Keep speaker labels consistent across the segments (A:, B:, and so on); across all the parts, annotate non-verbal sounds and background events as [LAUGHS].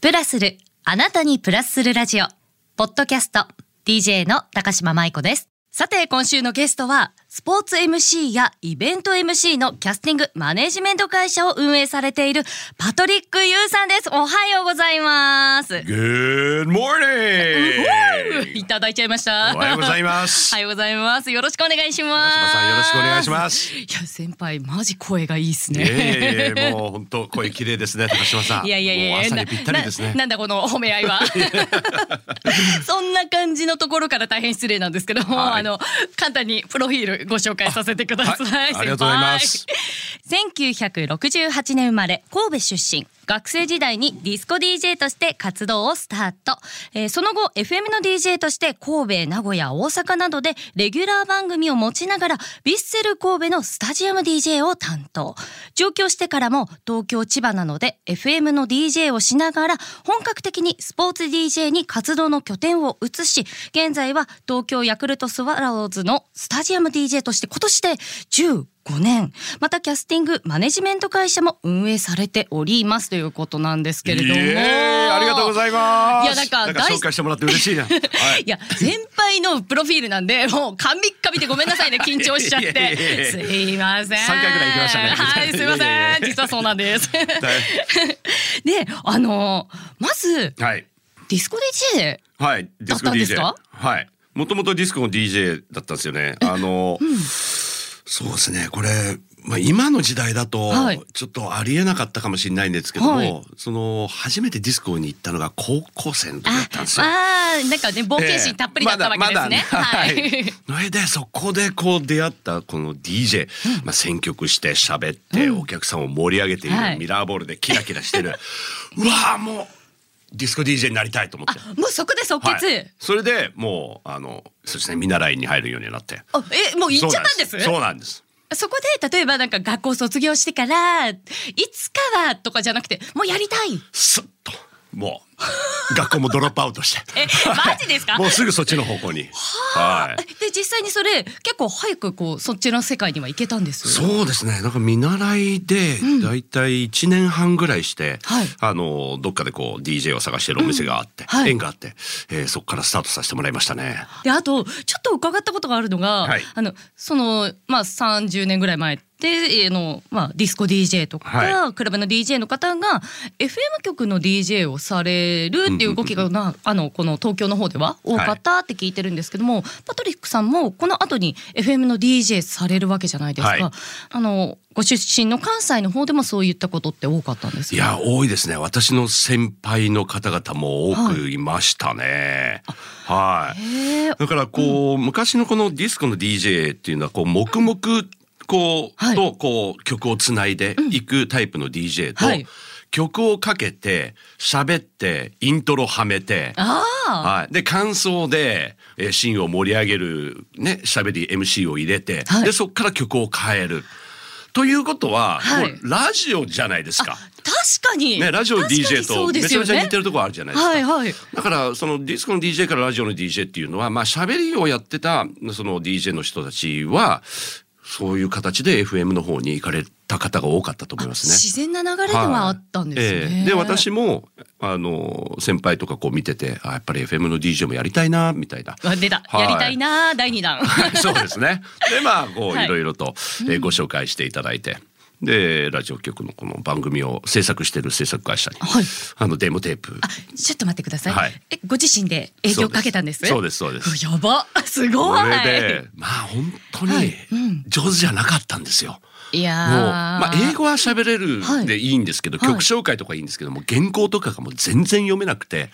A: プラスる、あなたにプラスするラジオ、ポッドキャスト、DJ の高島舞子です。さて、今週のゲストは、スポーツ MC やイベント MC のキャスティングマネジメント会社を運営されているパトリック・ユーさんです。おはようございます。
B: Good morning!
A: いただいちゃいました。
B: おはようございま
A: [LAUGHS] お
B: す。
A: はようございます。よろしくお願いします。。
B: 高島さんよろしくお願いしますす。
A: いや、先輩、マジ声がいいです
B: いやい
A: ね。
B: やいやもう本当声綺麗ですね、高島さん。
A: いやいやいや
B: もう朝
A: な
B: にぴったりですね
A: な。なんだこの褒め合い
B: [LAUGHS]
A: は。そんな感じのところから大変失礼なんですけども、
B: はい
A: あの簡単にプロフィールご紹介させてください。
B: はいありがとうございます
A: 先輩。1968年生まれ、神戸出身。学生時代にディスコ DJ として活動をスタート。えーその後、FM の DJ として神戸、名古屋、大阪などでレギュラー番組を持ちながら、ヴィッセル神戸のスタジアム DJ を担当。上京してからも東京、千葉などで FM の DJ をしながら、本格的にスポーツ DJ に活動の拠点を移し、現在は東京ヤクルトスワローズのスタジアム DJ として今年で15 5年またキャスティングマネジメント会社も運営されておりますということなんですけれども
B: いえありがとうございます。
A: いやなんか大
B: 紹介してもらって嬉しいな。はい
A: や先輩のプロフィールなんでもうカビッカビでごめんな
B: [LAUGHS]
A: さいね緊張しちゃっ
B: いやいやい
A: て
B: や
A: すいません
B: 三回ぐらい行きましたね
A: はいすいま
B: いやいや
A: せ
B: い
A: ん
B: や
A: 実はそうなんですで [LAUGHS]
B: だい
A: あのまず
B: はい
A: ディスコ DJ
B: はいディスコ
A: だったんです
B: DJ
A: か
B: はいもともとディスコの DJ だったんですよね。あの、そうですねこれ。まあ、今の時代だと
A: はい
B: ちょっとありえなかったかもしれないんですけども、
A: はい
B: その初めてディスコに行ったのが高校生の時だったんですよ。
A: ああーなんかね冒険心たっぷりだったわけですね、
B: ええまだまだ
A: は
B: ね
A: い
B: はい。それでそこでこう出会ったこの DJ、まあ選曲して喋ってお客さんを盛り上げている、
A: はい
B: ミラーボールでキラキラ
A: [LAUGHS]
B: してる。うわあもうディスコ DJ になりたいと思って。
A: もうそこで即決、
B: はい。それでもうあのそうですね見習いに入るようになって。
A: あえもう行っちゃったんです
B: そうなんです。
A: そこで例えばなんか学校卒業してからいつかはとかじゃなくてもうやりた
B: [LAUGHS]
A: い
B: そうなんですすっともう [LAUGHS] 学校もドロップアウトして。
A: えマジですか
B: もうすぐそっちの方向に。はい。
A: で実際にそれ結構早くこうそっちの世界には行けたんです
B: そうですね。なんか見習いで、だいたい1年半ぐらいして、
A: はい
B: あの、どっかでこう、DJ を探してるお店があって、
A: うんはい
B: 縁があって、えーそこからスタートさせてもらいましたね。
A: であとちょっと伺ったことがあるのが、
B: はい
A: あのそのまあ30年ぐらい前であの、まあ、ディスコ DJ とか、
B: は
A: クラブの DJ の方が FM 局の DJ をされるっていう動きがな、あのこの東京の方では多かったって聞いてるんですけども、パトリックさんもこの後に FM の DJ されるわけじゃないですか、
B: はい
A: あのご出身の関西の方でもそういったことって多かったんです
B: い
A: か
B: や、多いですね。私の先輩の方々も多
A: は
B: くいましたね。はい。
A: へえ
B: だからこう、昔のこのディスコの DJ っていうのはこう黙々こう、
A: はい
B: とこう曲をつないでいくタイプの DJ と、
A: はい
B: 曲をかけて喋ってイントロはめて
A: ああ
B: はい、で感想で、えーシーンを盛り上げるね喋り MC を入れて、
A: はい
B: でそこから曲を変えるということは、
A: はい
B: もうラジオじゃないですか。
A: 確かに、
B: ね、ラジオの
A: 確かに
B: DJ
A: そ
B: と
A: うです
B: めちゃ
A: よ
B: め
A: ね
B: ちゃ似てるところあるじゃないですか。
A: はいはい
B: だからそのディスコの DJ からラジオの DJ っていうのはまあ喋りをやってたその DJ の人たちはそういう形で FM の方に行かれた方が多かったと思いますね。
A: 自然な流れではあったんですね。
B: ええで私もあの先輩とかこう見ててあやっぱり FM の DJ もやりたいなみたいな。
A: あ出た、
B: はい
A: やりたいなー第二弾。
B: [LAUGHS] そうですね。でまあこ
A: は
B: う
A: い
B: いろいろと、えーご紹介していただいて。でラジオ局のこの番組を制作してる制作会社に、
A: はい
B: あのデモテープ
A: あちょっと待ってください。
B: はい
A: えご自身で営業かけたんです。
B: そうですそうですそう
A: うわやば [LAUGHS] すご
B: こ
A: い。
B: れでまあ本当
A: はい
B: に
A: うん
B: 上手じゃなかったんですよ。
A: いや
B: もう
A: ー
B: まあ、英語は喋れる
A: はい
B: でいいんですけど、
A: はい
B: 曲紹介とかいいんですけども原稿とかがもう全然読めなくて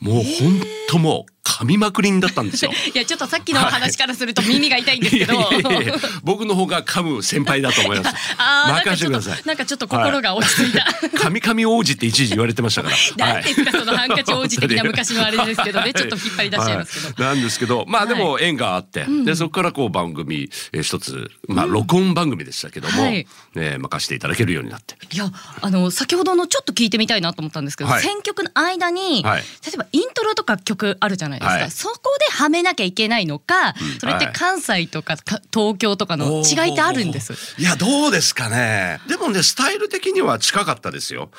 B: もう本当もう噛みまくりんだったんですよ。
A: [LAUGHS] いやちょっとさっきのお話からすると耳が [LAUGHS] 痛いんですけど。
B: いやいやいや僕の方が噛む先輩だと思います。
A: [LAUGHS] あ [LAUGHS] ーなんか
B: 任
A: ち
B: せて
A: ょ
B: く
A: っ
B: だ
A: と
B: さい。
A: なんかちょっと心が落ち着いた。
B: 噛み噛み王子って一時言われてましたから。
A: [LAUGHS] なん
B: はい
A: ですかそのハンカチ王子的な昔のあれですけどね
B: はい
A: ちょっと引っ張り出しちゃいますけど
B: はなんですけどまあでも縁があって、でそこからこう番組えー一つまあ録音番組でしたけども、
A: はい
B: えー任せていただけるようになって
A: いやあの先ほどのちょっと聞いてみたいなと思ったんですけど、
B: はい
A: 選曲の間に、
B: はい
A: 例えばイントロとか曲あるじゃないですですか、
B: はい
A: そこではめなきゃいけないのか、それって関西とかか東京とかの違いってあるんです。
B: いやどうですかねでもねスタイル的には近かったですよ、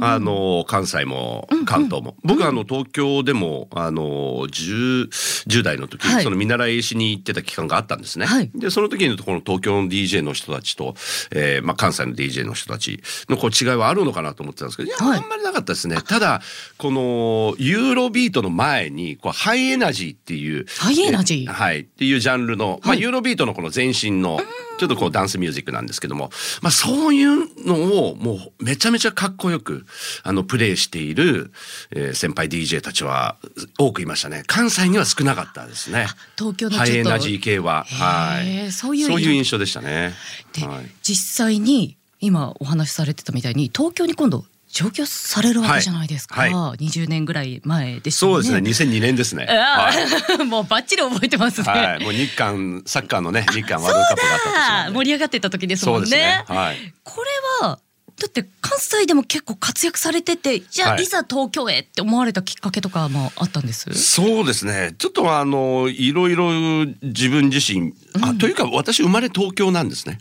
B: あの関西も関東も、僕あの東京でもあの 10, 10代の時、
A: はい
B: その見習いしに行ってた期間があったんですね、
A: はい
B: でその時にこの東京の DJ の人たちと、えーまあ、関西の DJ の人たちのこう違いはあるのかなと思ってたんですけどいや、
A: はい
B: あんまりなかったですねただこのユーロビートの前にこうハイエナジーっていう
A: ハイエナジー
B: えはい、っていうジャンルの、まあ、
A: はい
B: ユーロビートのこの前身の、ちょっとこうダンスミュージックなんですけども、まあ、そういうのをもうめちゃめちゃかっこよく、あの、プレイしている、えー先輩 DJ たちは多くいましたね。関西には少なかったですね。
A: 東京のちょっと
B: ハイエナジー系は。
A: へ
B: は
A: ー
B: い。
A: そういう
B: そういう印象でしたね。
A: で、
B: はい
A: 実際に今お話しされてたみたいに東京に今度上京されるわけじゃないですか、
B: はい
A: 20年ぐらい前でしたね
B: そうですね。2002年ですね。
A: あ
B: はい
A: ー [LAUGHS] もうバッチリ覚えてますね、
B: はい。もう日韓、サッカーのね、日韓ワールドカップがあった
A: あー
B: んですよ
A: 盛
B: ね。
A: り上がってた時です
B: そ
A: も
B: うんで
A: ね
B: すね。はい。
A: これはだって関西でも結構活躍されててじゃあ、、
B: はいい
A: ざ東京へって思われたきっかけとかもあったんです
B: そうですね。ちょっとあのいろいろ自分自身、あというか私生まれ東京なんですね。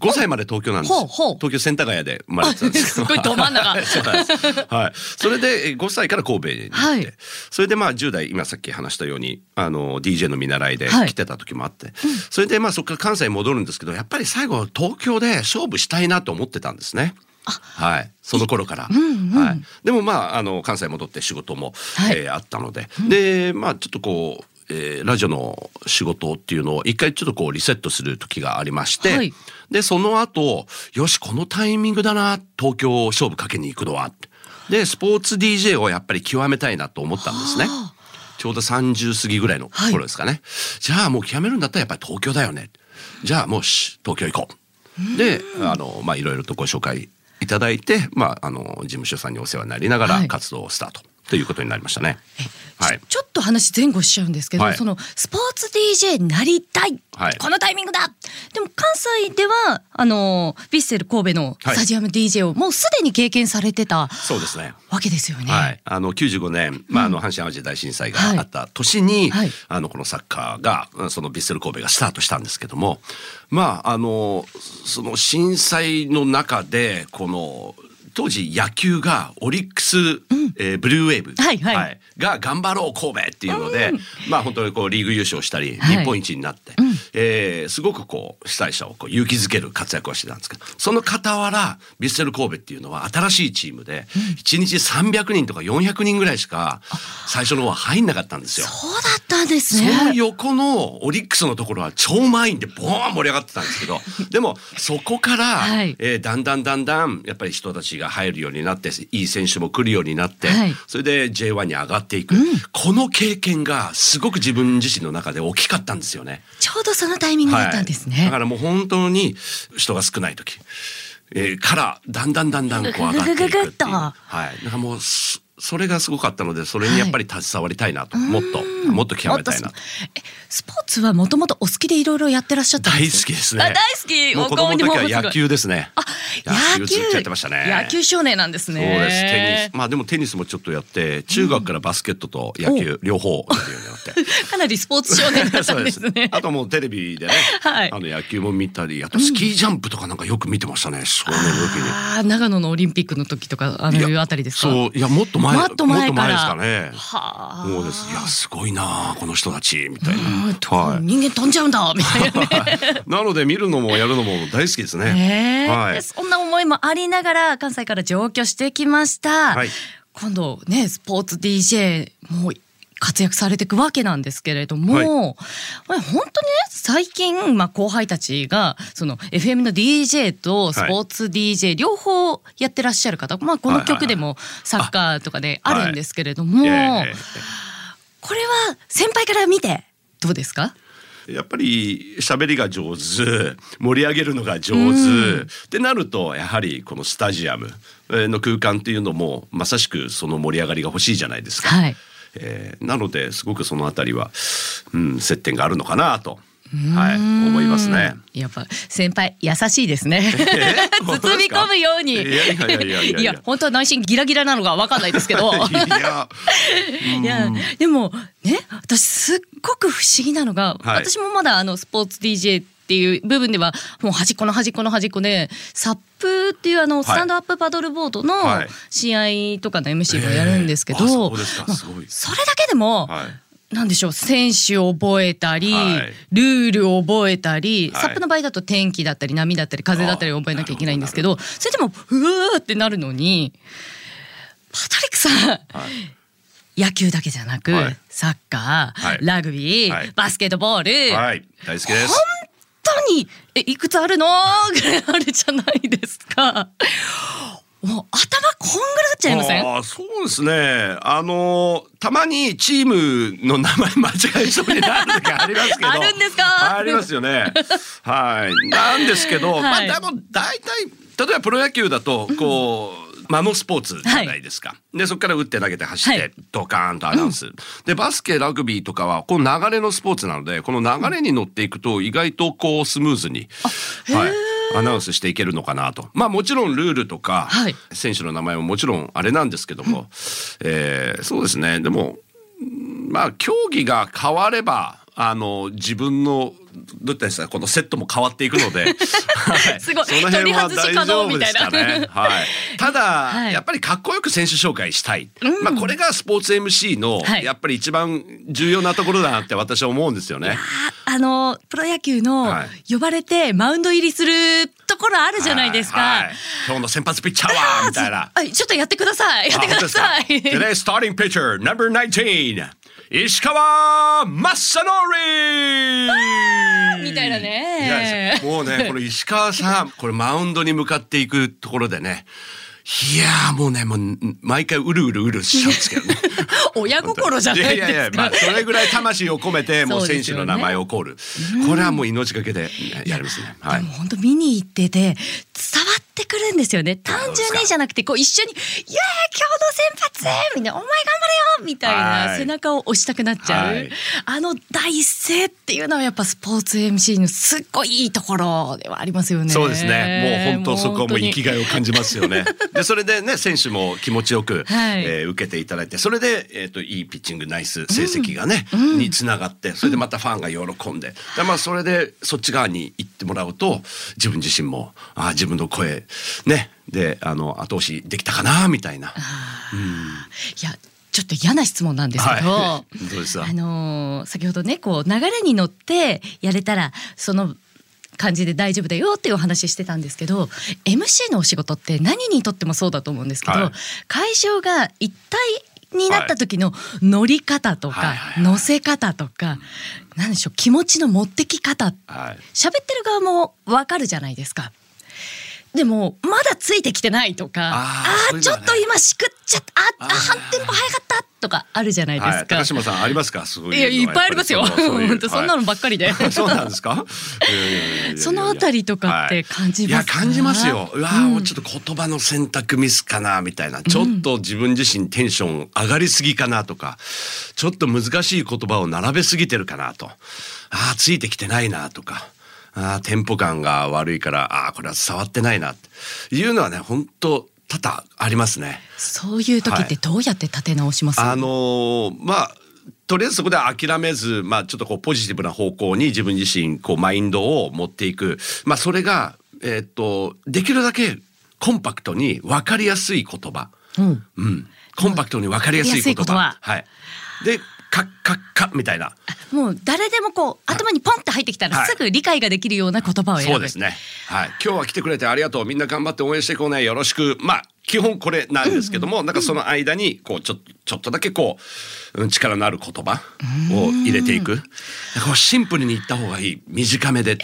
B: 5歳まで東京なんです。
A: ほうほう
B: 東京センター街で生まれてたんですけど。
A: すごいど真ん中
B: [LAUGHS] そうなんですはい。それでえ5歳から神戸に行って、
A: はい
B: それでまあ10代今さっき話したようにあの DJ の見習いで
A: はい
B: 来てた時もあって、それでまあそこから関西に戻るんですけど、やっぱり最後は東京で勝負したいなと思ってたんですね。はい、その頃から、
A: うんうん
B: はい、でもまああの関西戻って仕事も、
A: はい
B: えーあったので、でまあちょっとこう、えーラジオの仕事っていうのを一回ちょっとこうリセットする時がありまして、
A: はい
B: でその後よしこのタイミングだな東京を勝負かけに行くのはってでスポーツ DJ をやっぱり極めたいなと思ったんですね。ちょうど30過ぎぐらいの
A: はい
B: 頃ですかね、じゃあもう極めるんだったらやっぱり東京だよねじゃあもうし東京行こうであのまあいろいろとご紹介いただいて、まあ、あの事務所さんにお世話になりなが
A: は
B: ら
A: い
B: 活動をスタートということになりましたね。はい
A: ちょ、ちょっと話前後しちゃうんですけど、
B: はい
A: そのスポーツ DJ になりたい、
B: はい
A: このタイミングだでも関西ではあのヴィッセル神戸のスタジアム DJ をもうすでに経験されてた
B: そうですね
A: わけですよね。
B: はい、あの95年、まあ、あの阪神・淡路大震災が
A: はい
B: あった年に、
A: はい
B: あのこのサッカーがうんそのヴィッセル神戸がスタートしたんですけどもまああのその震災の中でこの当時野球がオリックス、えーブルーウェーブ、
A: はいはい
B: が頑張ろう神戸っていうので、まあ本当にこうリーグ優勝したり、
A: はい
B: 日本一になって、えーすごくこう被災者をこう勇気づける活躍をしてたんですけどその傍らヴィッセル神戸っていうのは新しいチームで1日300人とか400人ぐらいしか最初の方は入んなかったんですよ。
A: そうだったんです
B: その
A: ね。
B: 横のオリックスのところは超満員でボーン盛り上がってたんです
A: [LAUGHS]
B: けどでもそこから、
A: はい
B: えーだんだんだんだんやっぱり人たちが入るようになっていい選手も来るようになって、
A: はい
B: それで J1 に上がっていく、この経験がすごく自分自身の中で大きかったんですよね。
A: ちょうどそのタイミングだったんです
B: はい、
A: ね。
B: だからもう本当に人が少ない時、えーからだんだんだんだんこう上がっていくって
A: ぐ
B: い
A: ぐぐ
B: う。
A: ぐっと
B: はい。だからもうすそれがすごかったのでそれにやっぱり携わりたいなと、もっともっと極めたい
A: も
B: な
A: っ
B: と
A: と。すえスポーツはもともとお好きでいろいろやってらっしゃったん
B: 大
A: です
B: 好きです
A: あ大
B: ね。
A: 好き
B: もう
A: お
B: 子供の
A: 子供にも
B: 時は野球ですね。
A: あ野
B: 野
A: 球
B: 球ずっとやってましたね
A: 野球少年なんです
B: そう
A: ね。
B: です。テニス。まあでもテニスもちょっとやって、中学からバスケットと野球両方やるようになって。
A: [LAUGHS] かなりスポーツ少年だったんです
B: [LAUGHS] そう
A: ね。
B: あともうテレビでね、
A: はい
B: あの野球も見たり、あとスキージャンプとかなんかよく見てましたね、少年の時に。
A: ああ長野のオリンピックの時とかあの
B: い
A: いう
B: や
A: あたりですか。
B: そう、いや、もっと前、
A: もっと前から
B: もっと前ですかね。
A: はあ。
B: そうです。いや、すごいなあ、この人たちみたいな。
A: うん人間飛んじゃうんだみたいなね。
B: い。なので、見るのもやるのも大好きですね。
A: へー
B: はい
A: で。そんな思いもありながら関西から上京してきました。
B: はい
A: 今度ねスポーツ DJ もう活躍されていくわけなんですけれども、
B: はい
A: 本当にね最近、まあ、後輩たちがその FM の DJ とスポーツ DJ 両方やってらっしゃる方、まあ、この曲でもサッカーとかであるんですけれども、
B: いやいやいや
A: これは先輩から見てどうですか
B: やっぱり喋りが上手盛り上げるのが上手、ってなるとやはりこのスタジアムの空間っていうのもまさしくその盛り上がりが欲しいじゃないですか。
A: はい
B: えーなのですごくそのあたりは、うん、接点があるのかなとはい、思いますね。
A: やっぱ先輩優しいですね。
B: [LAUGHS] え
A: [LAUGHS] 包み込むように。
B: いやいやいやいやいや
A: いや本当は内心ギラギラなのがわかんないですけ
B: [LAUGHS]
A: ど。
B: いや、
A: いやでもね私すっごく不思議なのが、
B: はい
A: 私もまだあのスポーツ DJ っていう部分ではもう端っこの端っこの端っこでサップっていうあの
B: い
A: スタンドアップパドルボードの
B: はい
A: 試合とかの MC もやるんですけど、
B: えーあそうですか
A: まあ
B: すごい
A: それだけでも、
B: はい。
A: なんでしょう選手を覚えたり、
B: はい
A: ルールを覚えたり、
B: はい
A: サップの場合だと天気だったり波だったり風だったりを覚えなきゃいけないんですけどそれでもうわーってなるのにパトリックさん、野球だけじゃなく、
B: はい
A: サッカー、
B: はい
A: ラグビー、
B: はい
A: バスケットボール、
B: はい、大好きです。
A: 本当にえいくつあるのぐらいあるじゃないですか。もう頭こんぐらいなっちゃいません
B: あーそうですね。あのーたまにチームの名前間違えそうになる時ありますけ
A: [LAUGHS]
B: ど。
A: あるんですか
B: ありますよね。はい。なんですけど、
A: はい
B: まあでも大体例えばプロ野球だとこう。間のスポーツじゃないですか、でそこから打って投げて走って、
A: はい
B: ドカーンとアナウンス、でバスケラグビーとかはこの流れのスポーツなのでこの流れに乗っていくと意外とこうスムーズに、はい、アナウンスしていけるのかなとまあもちろんルールとか、
A: はい
B: 選手の名前ももちろんあれなんですけども、えーそうですねでもうんまあ競技が変わればあの自分のどういったんですかこのセットも変わっていく
A: [LAUGHS]
B: ので、は
A: すごい
B: その辺は
A: 取り外し可
B: 大丈
A: 能
B: 夫
A: み
B: で
A: たい
B: し
A: な
B: たね。はい、ただ、
A: はい
B: やっぱりかっこよく選手紹介したい、まあこれがスポーツ MC の、
A: はい
B: やっぱり一番重要なところだなって私は思うんですよね。
A: ああのプロ野球の
B: はい
A: 呼ばれてマウンド入りするところあるじゃないですか。
B: はいはい今日の先発ピッチャーはみたいな。
A: あちょっとやってください。やってください。
B: Today starting pitcher number 19石川正則
A: みたいなね
B: いやも
A: [LAUGHS]
B: うねこの石川さんこれマウンドに向かっていくところでねいやーもうねもう毎回うるうるうるしちゃうんですけどね。
A: 親 [LAUGHS] 心じゃないですか。
B: やいやいや、まあ、それぐらい魂を込めてもう選手の名前をコール、これはもう命がけでやりますね。は
A: で
B: い
A: も本当見に行ってて伝わってくるんですよね。単純にじゃなくてこう一緒に「イエーイ今日の先発!」みたいな「お前頑張れよ!」みたい
B: は
A: ない背中を押したくなっちゃう、
B: はい
A: あの第一声っていうのはやっぱスポーツ MC のすっごいいいところではありますよね。
B: そうですね。もう本当そこはもう生き
A: が
B: がいを感じますよね。でそれでね選手も気持ちよく、
A: はい
B: えー受けていただいて、それでえっ、といいピッチングナイス成績がね、につながって、それでまたファンが喜んで、でまあそれでそっち側に行ってもらうと自分自身もあー自分の声ねであの後押しできたかなみたいな。
A: いやちょっと嫌な質問なんですけど、
B: はいどうですか
A: あのー先ほどねこう流れに乗ってやれたらその感じで大丈夫だよっていうお話ししてたんですけど MC のお仕事って何にとってもそうだと思うんですけど、
B: はい
A: 会場が一体になった時の乗り方とか
B: はいはいはい
A: 乗せ方とか何でしょう気持ちの持ってき方
B: はい。
A: 喋ってる側もわかるじゃないですか。でもまだついてきてないとか、
B: あー
A: あ
B: そう
A: ー
B: いう
A: ち
B: の
A: ょ
B: はね
A: っと今しくっちゃった、あ
B: あ
A: あ
B: ー
A: 半テンポ早かったとかあるじゃないです
B: はい、
A: か。
B: 高島さんありますかすごい
A: いやいっぱいありますよ。本当
B: 当
A: そんなのばっかりで。
B: [LAUGHS] そうなんで
A: [LAUGHS]
B: すか。
A: そのあたりとかって感じますか
B: いや感じますよ。うわー、もうちょっと言葉の選択ミスかなみたいな、ちょっと自分自身テンション上がりすぎかなとか、ちょっと難しい言葉を並べすぎてるかなと、ああついてきてないなとか。あーテンポ感が悪いからあーこれは伝わってないなっていうのはね本当多々ありますね。
A: そういう時ってどうやって立て直します？
B: あのーまあとりあえずそこで諦めず、まあ、ちょっとこうポジティブな方向に自分自身こうマインドを持っていく、まあ、それが、えーっとできるだけコンパクトに分かりやすい言葉、
A: うん。
B: うん、コンパクトに分かりやすい言葉
A: 分かりやすい
B: はい、でカッカッカみたいな
A: もう誰でもこう頭にポンって入ってきたら
B: はい
A: すぐ理解ができるような言葉を選ぶ。
B: そうですね、はい、今日は来てくれてありがとうみんな頑張って応援していこうねよろしくまあ基本これなんですけども、なんかその間にこうちょちょっとだけこううん力のある言葉を入れていくなんかこうシンプルに言った方がいい短めで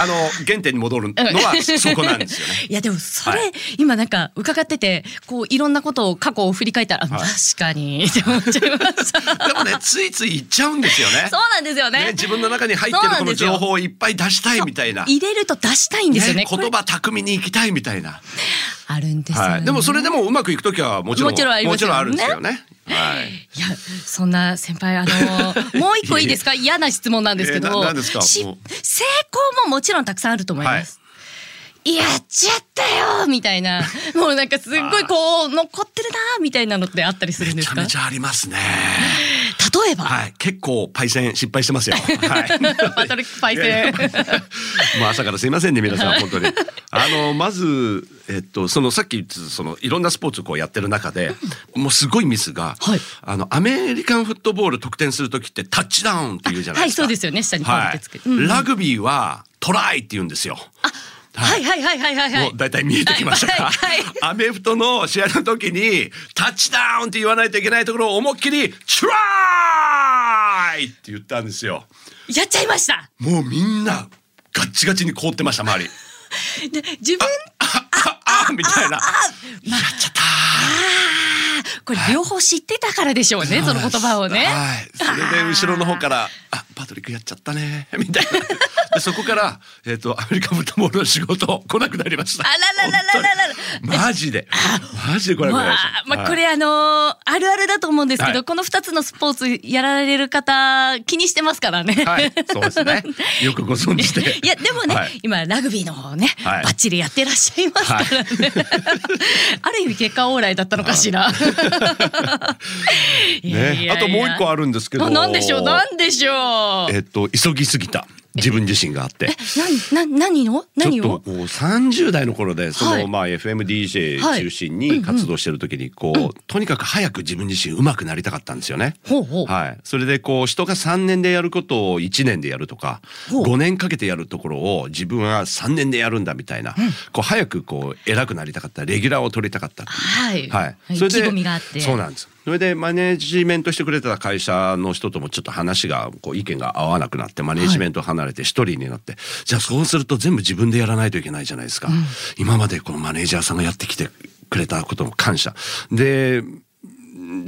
B: あの原点に戻るのはそ [LAUGHS] こなんですよね。
A: [LAUGHS] いやでもそれ、
B: はい
A: 今なんか伺っててこういろんなことを過去を振り返ったら、あ
B: はい
A: 確かにって思っちゃいました。そう
B: でもねついつい言っちゃうんですよね。
A: なんですよね。
B: ね自分の中に入ってる
A: そうな
B: こ
A: ん
B: の
A: ですよ
B: 情報をいっぱい出したいみたいな。
A: 入れると出したいんですよね。
B: ね
A: これ
B: 言葉巧みに行きたいみたいな。
A: あるんですよね。
B: はい、でもそれでもうまくいくときはもちろん
A: もちろんありますよね
B: もちろんあるんですよね。はい。
A: いやそんな先輩あ
B: [LAUGHS]
A: のもう一個いいですか嫌な質問なんですけど、
B: えーななんですか
A: し
B: もう
A: 成功ももちろんたくさんあると思います。やっちゃったよみたいなもうなんかすっごいこう残ってるなみたいなのってあったりするんで
B: め
A: す
B: ちゃ
A: か
B: めちゃあります
A: [LAUGHS]
B: ね。
A: 例えば、
B: はい、結構パイセン失敗してま
A: [LAUGHS]
B: すよ。はい。
A: バトルパイセン
B: [LAUGHS] もう朝からすいませんね皆さん本当に。あのまずえっとそのさっき言ってたそのいろんなスポーツをこうやってる中で、もうすごいミスが、
A: はい
B: あのアメリカンフットボール得点する時ってタッチダウンって言うじゃないですか。
A: はいそうですよね下にポンってつけて
B: はい
A: うんうん
B: ラグビーはトライって言うんですよ。
A: はいはいはいはいはいは
B: も
A: いう
B: 大体見えてきましたが、
A: はいはい
B: アメフトの試合の時にタッチダウンって言わないといけないところを思いっきりトライって言ったんですよ。
A: やっちゃいました
B: もうみんなガッチガチに凍ってました周り。
A: で自分
B: あああみたいな。
A: まあ、やっちゃったこれ両方知ってたからでしょうね、その言葉をね。
B: はい。それで後ろの方から、あ、パトリックやっちゃったね、みたいな。でそこから、えっ、と、アメリカンフットボールの仕事来なくなりました。
A: あららららららら
B: 本当にマジで。マジで来なくなり
A: ま
B: ま
A: あ
B: した。、
A: まあ、こ
B: はい
A: れあのーあるあるだと思うんですけど、
B: はい
A: この二つのスポーツやられる方気にしてますからね。
B: はい、そうですね。よくご存知で。
A: [LAUGHS] いやでもね、
B: はい
A: 今ラグビーの方ね、
B: はい
A: バッチリやってらっしゃいますからね。ある意味結果オーライだったのかしら。 [LAUGHS] いやいや
B: ね、
A: いや
B: あともう一個あるんですけど。
A: あなんでしょう、なんでしょう。
B: えっと、急ぎすぎた。自分自身があって。
A: な、な、何の、何
B: ちょっと
A: を。
B: こう30代の頃でその、
A: はい
B: まあ FMDJ 中心に活動してる時にこう、とにかく早く自分自身上手くなりたかったんですよね。
A: ほうほう
B: はい、それでこう人が3年でやることを1年でやるとか
A: ほう
B: 5年かけてやるところを自分は3年でやるんだみたいな、こう早くこう偉くなりたかったレギュラーを取りたかったっていう
A: はい。
B: はい、
A: 意気込みがあって。
B: そうなんですそれでマネージメントしてくれてた会社の人ともちょっと話がこう意見が合わなくなってマネージメント離れて一人になって、じゃあそうすると全部自分でやらないといけないじゃないですか、今までこのマネージャーさんがやってきてくれたことの感謝で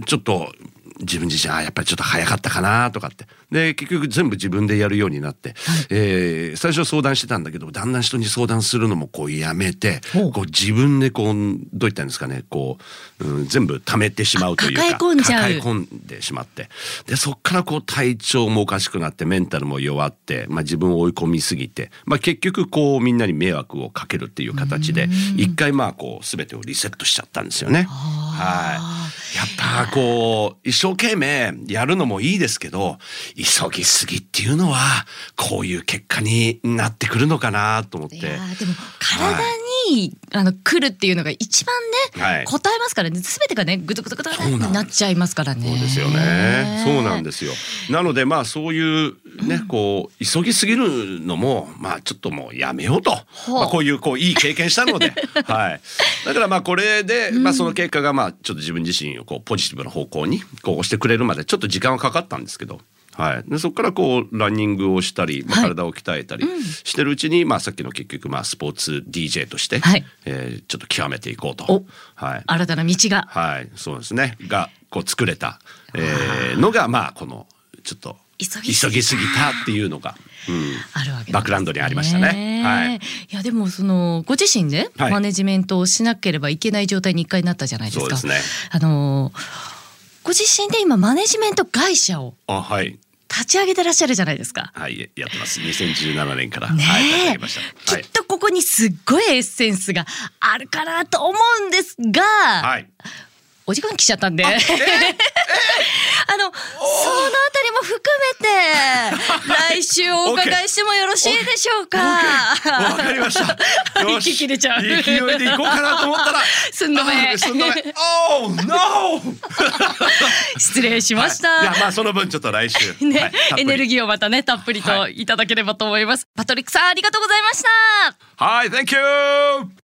B: ちょっと自分自身あやっぱりちょっと早かったかなとかってで結局全部自分でやるようになって、えー最初は相談してたんだけどだんだん人に相談するのもこうやめて
A: ほう
B: こう自分でこうどういったんですかねこう、うん全部溜めてしまうというか
A: あ抱え込んじゃう
B: 抱え込んでしまってでそっからこう体調もおかしくなってメンタルも弱って、まあ、自分を追い込みすぎて、まあ、結局こうみんなに迷惑をかけるっていう形で一回まあこう全てをリセットしちゃったんですよね。はい。やっぱこう、一生懸命やるのもいいですけど、急ぎすぎっていうのは、こういう結果になってくるのかなと思っ
A: い
B: て
A: や。ーでも体に、あの来るっていうのが一番ね、
B: はい
A: 答えますからね全てがねぐずぐずぐずぐずって
B: そうなんです
A: なっちゃいますからね
B: そうですよね。そうなんですすよ。なのでまあそういうね、こう急ぎすぎるのもまあちょっともうやめようと、
A: う
B: まあこういうこういい経験したの [LAUGHS] で、はい。だからまあこれで、まあその結果がまあちょっと自分自身をこうポジティブな方向にこう押してくれるまでちょっと時間はかかったんですけど。はい、でそこからこうランニングをしたり、まあ、
A: はい
B: 体を鍛えたりしてるうちに、まあ、さっきの結局、まあ、スポーツ DJ として、
A: はい
B: えーちょっと極めていこうと
A: お、
B: はい、
A: 新たな道が
B: はい、そうですね。が、こう作れた、えー、のが、まあ、この、ちょっと。
A: 急ぎす
B: 急
A: ぎ
B: ぎすぎたっていうのが、うん、
A: あるわけなんですね
B: バックラウンドにありましたねはい
A: いやでもそのご自身で
B: はい
A: マネジメントをしなければいけない状態に一回なったじゃないですか
B: そうですね
A: あのご自身で今マネジメント会社を
B: あ、はい、
A: 立ち上げてらっしゃるじゃないですか
B: はい、やってます。2017年から、
A: ね
B: はい、立ち上
A: え、
B: げました。
A: き
B: は
A: っ
B: い、
A: とここにすっごいエッセンスがあるかなと思うんですが、
B: はい、
A: お時間来ちゃったんで。あの、 [LAUGHS] そのあたりも含めて、来週お伺いしてもよろしいでしょうか。
B: わかりました。よし
A: [LAUGHS] 息切れちゃう
B: 勢いで行こうかなと思ったら。
A: すんどめ
B: あすんどめ。Oh no！
A: 失礼しました。
B: はいいや、まあ、その分ちょっと来週。
A: ね、
B: はいたっぷり
A: エネルギーをまたね、たっぷりと
B: はい
A: ただければと思います。パトリックさん、ありがとうございました。
B: はい、Thank you。